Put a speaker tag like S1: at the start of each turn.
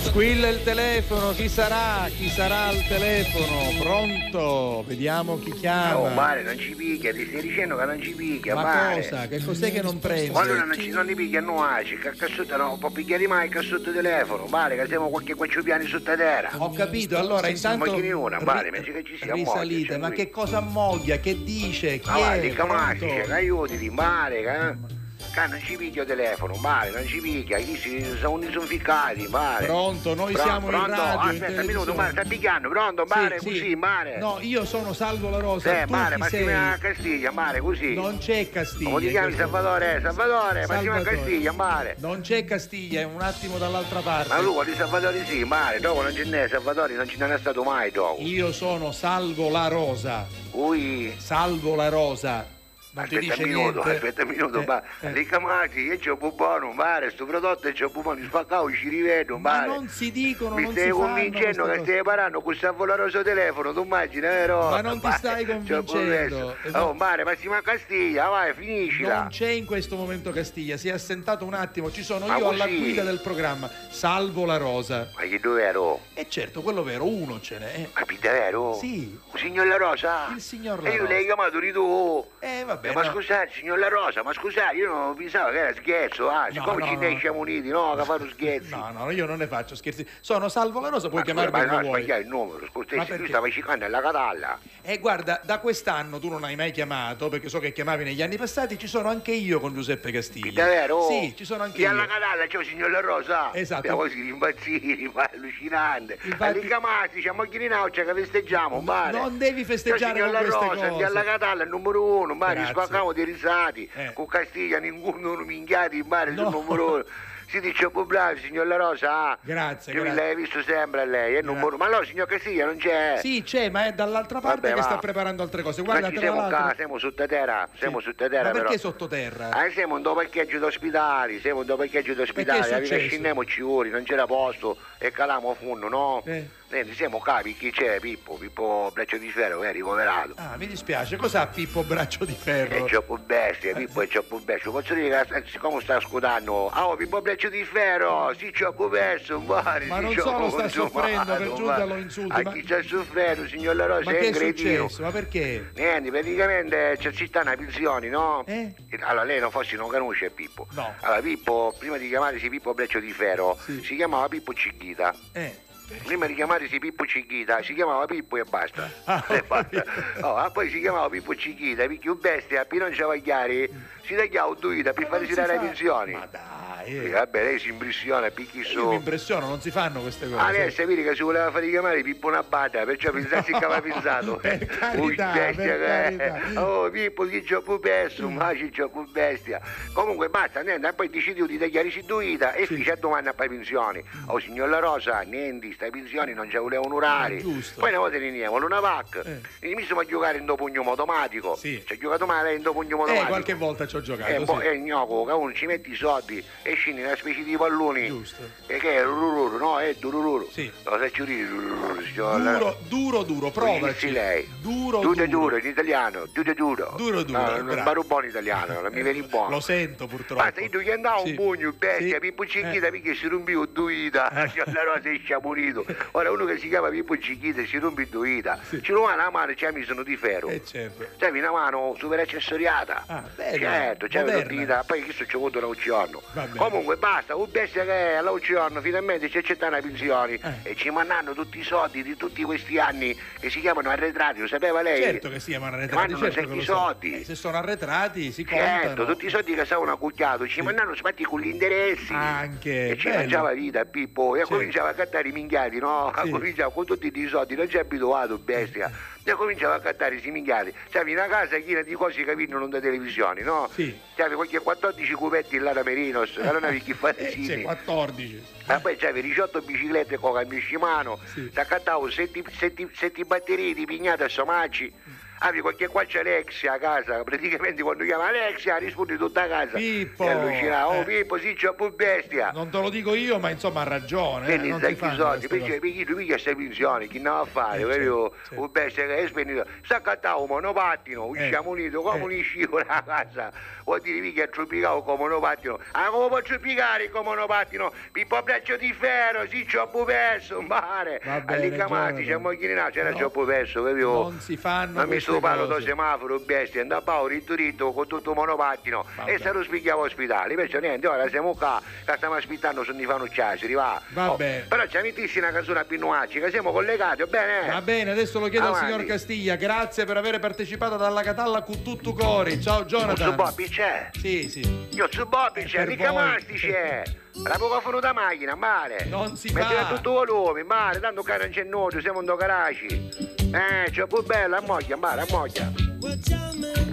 S1: Squilla il telefono, chi sarà? Chi sarà al telefono? Pronto? Vediamo chi chiama.
S2: Oh, mare, non ci picchia, ti stai dicendo che non ci picchia,
S1: Ah, Ma
S2: mare.
S1: cosa? Che cos'è che non prende?
S2: Ma allora non ci sono i picchi a nuaci, che cazzotto non può picchiare mai il cazzotto telefono, mare che siamo qualche quacciopiani sotto terra.
S1: Ho capito, allora intanto
S2: Ma chi ne una, pare,
S1: ri-
S2: mi sa che ci sia
S1: risalite,
S2: moglie,
S1: ma
S2: c'è
S1: che cosa moglia, che dice, chi
S2: Ma va,
S1: è?
S2: dica eh,
S1: Pronto?
S2: Massi, che aiutati, mare, che... eh? Che non ci picchia il telefono, mare, non ci picchia, chi si sono sono ficcati, mare.
S1: Pronto, noi
S2: Pro-
S1: siamo
S2: pronto?
S1: in radio, in
S2: Aspetta un minuto,
S1: televisione.
S2: mare, sta picchiando, pronto, mare,
S1: Sì, sì.
S2: così, mare.
S1: No, io sono Salvo La Rosa,
S2: Eh,
S1: tu
S2: mare,
S1: chi
S2: Massimiliano
S1: sei?
S2: Castiglia, mare, così.
S1: Non c'è
S2: Come ti
S1: Castiglia.
S2: chiami
S1: in questo-
S2: Salvatore? Salvatore, Massimiliano
S1: Salvatore.
S2: Castiglia, mare.
S1: Non c'è Castiglia, è un attimo dall'altra parte.
S2: Ma lui di Salvatore sì, mare, dopo non ce n'è Salvatore, non ce n'è stato mai dopo.
S1: Io sono Salvo La Rosa,
S2: Ui.
S1: Salvo La Rosa. Non ti
S2: Aspetta
S1: dice
S2: un minuto,
S1: niente.
S2: aspetta un minuto,
S1: Eh,
S2: ma
S1: eh.
S2: ricamati, io c'ho un buono, mare, sto prodotto e c'ho un buono, spaccato, ci rivedo,
S1: Ma
S2: mare.
S1: non si dicono,
S2: Mi
S1: non si
S2: stai
S1: fanno
S2: convincendo
S1: queste
S2: che
S1: cose.
S2: stai parando con sta volaroso telefono, tu immagini, vero?
S1: Ma non ti
S2: Mare,
S1: stai
S2: c'ho il
S1: convincendo. eh,
S2: processo. Oh, mare, Massimo Castiglia, vai, finiscila.
S1: Non c'è in questo momento Castiglia, si è assentato un attimo, ci sono
S2: Ma
S1: io alla
S2: così?
S1: guida del programma, salvo la rosa.
S2: Ma chi dov'ero?
S1: E certo, quello vero, uno ce n'è. eh.
S2: Ma Pita vero?
S1: Sì.
S2: Il signor La Rosa?
S1: Il signor La
S2: E io
S1: Rosa.
S2: l'hai chiamato di tu.
S1: Eh vabbè.
S2: ma
S1: no.
S2: scusate, signor La Rosa, ma scusate, io non pensavo che era scherzo, ah, siccome
S1: no,
S2: ci
S1: no.
S2: ne siamo uniti, no, che fanno scherzi.
S1: No, no, io non ne faccio scherzi. Sono salvo la rosa, puoi
S2: Ma scusa,
S1: chiamarmi
S2: ma
S1: come
S2: no,
S1: vuoi.
S2: sbagliai il numero,
S1: Ma
S2: scusate, tu
S1: perché?
S2: stavi cicando alla catalla.
S1: E guarda, da quest'anno tu non hai mai chiamato, perché so che chiamavi negli anni passati, ci sono anche io con Giuseppe Castiglia.
S2: Davvero?
S1: Sì, ci sono anche
S2: Chi alla
S1: io.
S2: catalla, ciao signor La Rosa.
S1: Esatto.
S2: Siamo così rimbazziti, ma è allucinante.
S1: Infatti-
S2: All'incamati, siamo a Ghirinaucia che festeggiamo, mare.
S1: non devi festeggiare
S2: Ciao,
S1: con
S2: signor
S1: queste
S2: La Rosa,
S1: cose.
S2: Chi alla catalla è il numero uno, mare,
S1: Grazie.
S2: spaccamo dei risati.
S1: Eh.
S2: Con Castiglia ninguno non minchiati, mare,
S1: No.
S2: sul numero uno. Si dice un po' bravo, signor La Rosa. ah.
S1: Grazie,
S2: Io
S1: grazie.
S2: l'hai visto sempre a lei, è il
S1: Grazie.
S2: numero Ma allora, signor Castiglia, non c'è.
S1: Sì, c'è, ma è dall'altra parte
S2: Eh. Vabbè,
S1: che
S2: va.
S1: sta preparando altre cose.
S2: Ma
S1: Guarda,
S2: ci
S1: tra
S2: siamo
S1: l'altro-
S2: qua, siamo sottoterra, siamo
S1: Sì.
S2: sottoterra
S1: Ma
S2: però.
S1: perché sottoterra?
S2: Ah, siamo in un parcheggio d'ospitali, siamo in un parcheggio
S1: Perché è
S2: d'ospitali,
S1: successo?
S2: scendiamoci ora, non c'era posto e calamo a fondo, no?
S1: Eh.
S2: Niente, siamo qua, chi c'è? Pippo, Pippo Braccio di Ferro, che è ricoverato.
S1: Ah, mi dispiace, cos'ha Pippo Braccio di
S2: È
S1: Ferro?
S2: troppo bestia, Pippo è troppo bestia. Posso dire che eh, siccome sta scudando, ah, oh, Pippo Braccio di Ferro, si ci ho perso, muore,
S1: Ma
S2: si
S1: non
S2: ci ho
S1: solo sta
S2: consumato,
S1: soffrendo, per giunta
S2: ma-
S1: lo insulti,
S2: A
S1: ma-
S2: chi sta soffrendo, signor La Rosa,
S1: Ma
S2: è
S1: che è
S2: incredibile.
S1: successo? Ma perché?
S2: Niente, praticamente c'è città una pensione, no?
S1: Eh?
S2: Allora lei non forse non conosce Pippo.
S1: No.
S2: Allora Pippo, prima di chiamarsi Pippo Breccio di Ferro,
S1: Sì.
S2: si chiamava Pippo Cicchita.
S1: Eh.
S2: Prima di chiamarsi Pippo Cicchita si chiamava Pippo e basta.
S1: Ah,
S2: e
S1: ho
S2: basta.
S1: capito.
S2: Oh, ah, poi si chiamava Pippo Cicchita, perché un bestia, appena non c'era chiari, si tagliava duita per
S1: Ma non
S2: farsi
S1: si
S2: dare le
S1: fa-
S2: pensioni.
S1: Ma dai. eh.
S2: Sì, Vabbè, lei si impressiona, picchi
S1: Io mi
S2: su.
S1: impressiono, non si fanno queste cose. Eh,
S2: Ah, lei sapete che si voleva fare chiamare Pippo Nabata, perciò pensassi che aveva pensato.
S1: Per carità,
S2: Ui, bestia
S1: per
S2: che è.
S1: carità.
S2: Oh, Pippo, chi c'ho più perso, ma ci c'ho più bestia. Comunque basta, niente, e poi decidi di tagliare istituita e
S1: Sì.
S2: fece a domanda per pensioni. Oh, signor La Rosa, niente, stai pensioni non ci volevano urare.
S1: Ah, giusto.
S2: Poi una volta venivano una PAC,
S1: Eh.
S2: e mi sono a giocare in dopo pugno automatico.
S1: Sì.
S2: Ci ha giocato male in dopo pugno
S1: eh,
S2: automatico.
S1: qualche volta ci ho giocato.
S2: E
S1: Certo, sì.
S2: poi gnoco, che uno ci metti i soldi e scendi una specie di palloni.
S1: Giusto.
S2: E che è rururu, no? È durururu.
S1: Sì.
S2: Lo sai giurire, rururu, signora.
S1: Duro, duro, duro, provaci.
S2: Sì, lei.
S1: Duro,
S2: Duro,
S1: duro.
S2: duro, in italiano, duro, duro.
S1: Duro, duro,
S2: No, non
S1: bravo.
S2: parlo buono italiano, non mi veni buono.
S1: Lo sento purtroppo.
S2: Basta, io gli andavo
S1: Sì.
S2: un pugno, bestia,
S1: Sì.
S2: Pippo
S1: Eh.
S2: Cicchita, perché si rompiva duita, Cioè, la rosa è sciamurito. Ora uno che si chiama Pippo Cicchita si rompe duita,
S1: Sì.
S2: ci lo va una mano, cioè mi sono di ferro.
S1: Eh, certo.
S2: Cioè, una mano super accessoriata.
S1: Ah, bella,
S2: certo, c'è
S1: moderna.
S2: la dita, poi chi so ci vuole l'oceano.
S1: Va bene.
S2: Comunque basta, un bestia che è all'oceano, finalmente ci accettano le pensioni
S1: Eh.
S2: e ci mandano tutti i soldi di tutti questi anni che si chiamano arretrati, lo sapeva lei?
S1: Certo che si chiamano arretrati,
S2: Quando non
S1: certo
S2: senti
S1: che lo
S2: i
S1: so.
S2: soldi.
S1: Eh, se sono arretrati si
S2: Certo,
S1: contano.
S2: tutti i soldi che stavano accucchiato, ci mandano spatti con gli interessi.
S1: Anche,
S2: E ci
S1: Eh, bello.
S2: mangiava vita Pippo, e
S1: Sì.
S2: cominciava a cantare i minchiati, no?
S1: Sì.
S2: Cominciava con tutti i soldi, non ci è abituato, bestia. E cominciava a cantare i minchiati. Savi una casa piena di cose che vincono da televisione, no?
S1: Sì.
S2: Savi qualche 14 cubetti là da Merinos, che non avevi chi fare
S1: Eh, c'è
S2: sì.
S1: 14.
S2: Ma poi c'avevi 18 biciclette con cambiuscimano,
S1: Sì. Mm.
S2: ti accattavo 7 batterie di pignate a somacci. Amico, perché qua c'è Alexia a casa, praticamente quando chiama Alexia risponde tutta a casa.
S1: Pippo,
S2: E allucina, oh
S1: eh.
S2: Pippo, sì, c'è più bestia.
S1: Non te lo dico io, ma insomma ha ragione. eh,
S2: Ah. Quindi
S1: non
S2: sai
S1: ti
S2: chi
S1: fanno queste
S2: soldi, perché
S1: cose.
S2: perché lui piglia queste pensioni, chi non va a fare,
S1: Eh,
S2: capito?
S1: certo, certo.
S2: un bestia che è spenito, sta cattavo monopattino, usciamo unito come
S1: eh.
S2: un iscivolo a casa, vuol dire piglia ciupicato come monopattino, ah come posso piegare come monopattino, Pippo braccio di ferro, sì c'ho perso, un mare,
S1: Va bene,
S2: all'incamati, c'è
S1: Giorgio.
S2: mochina, c'era
S1: No.
S2: c'ho perso, capito?
S1: Non si fanno
S2: Ma mi
S1: queste
S2: sto parlo da
S1: cose.
S2: semaforo, bestia, andavo a ritto ritto con tutto monopattino
S1: Vabbè.
S2: e se lo spieghiamo ospitali, perciò niente, ora siamo qua, che stiamo aspettando se ne fanno ciaceri, va. Oh,
S1: Vabbè.
S2: però c'è mitissima una canzone a Pinnuacci, che siamo collegati, va bene?
S1: Va bene, adesso lo chiedo
S2: Eh. Avanti.
S1: al signor Castiglia. Grazie per aver partecipato alla Catalla con tutto cori. Ciao
S2: Io su
S1: Jonathan.
S2: Bobby c'è,
S1: Sì, sì.
S2: io su Bobby c'è,
S1: Eh, Per
S2: mica
S1: voi.
S2: Marti c'è, la microfono da macchina, male.
S1: Non si
S2: Mettete
S1: fa.
S2: a tutto volume, male, tanto cara non c'è nudo, siamo in due garaci. Eh, c'è pure bella, a moglie, male, a moglie.
S3: We're jamming.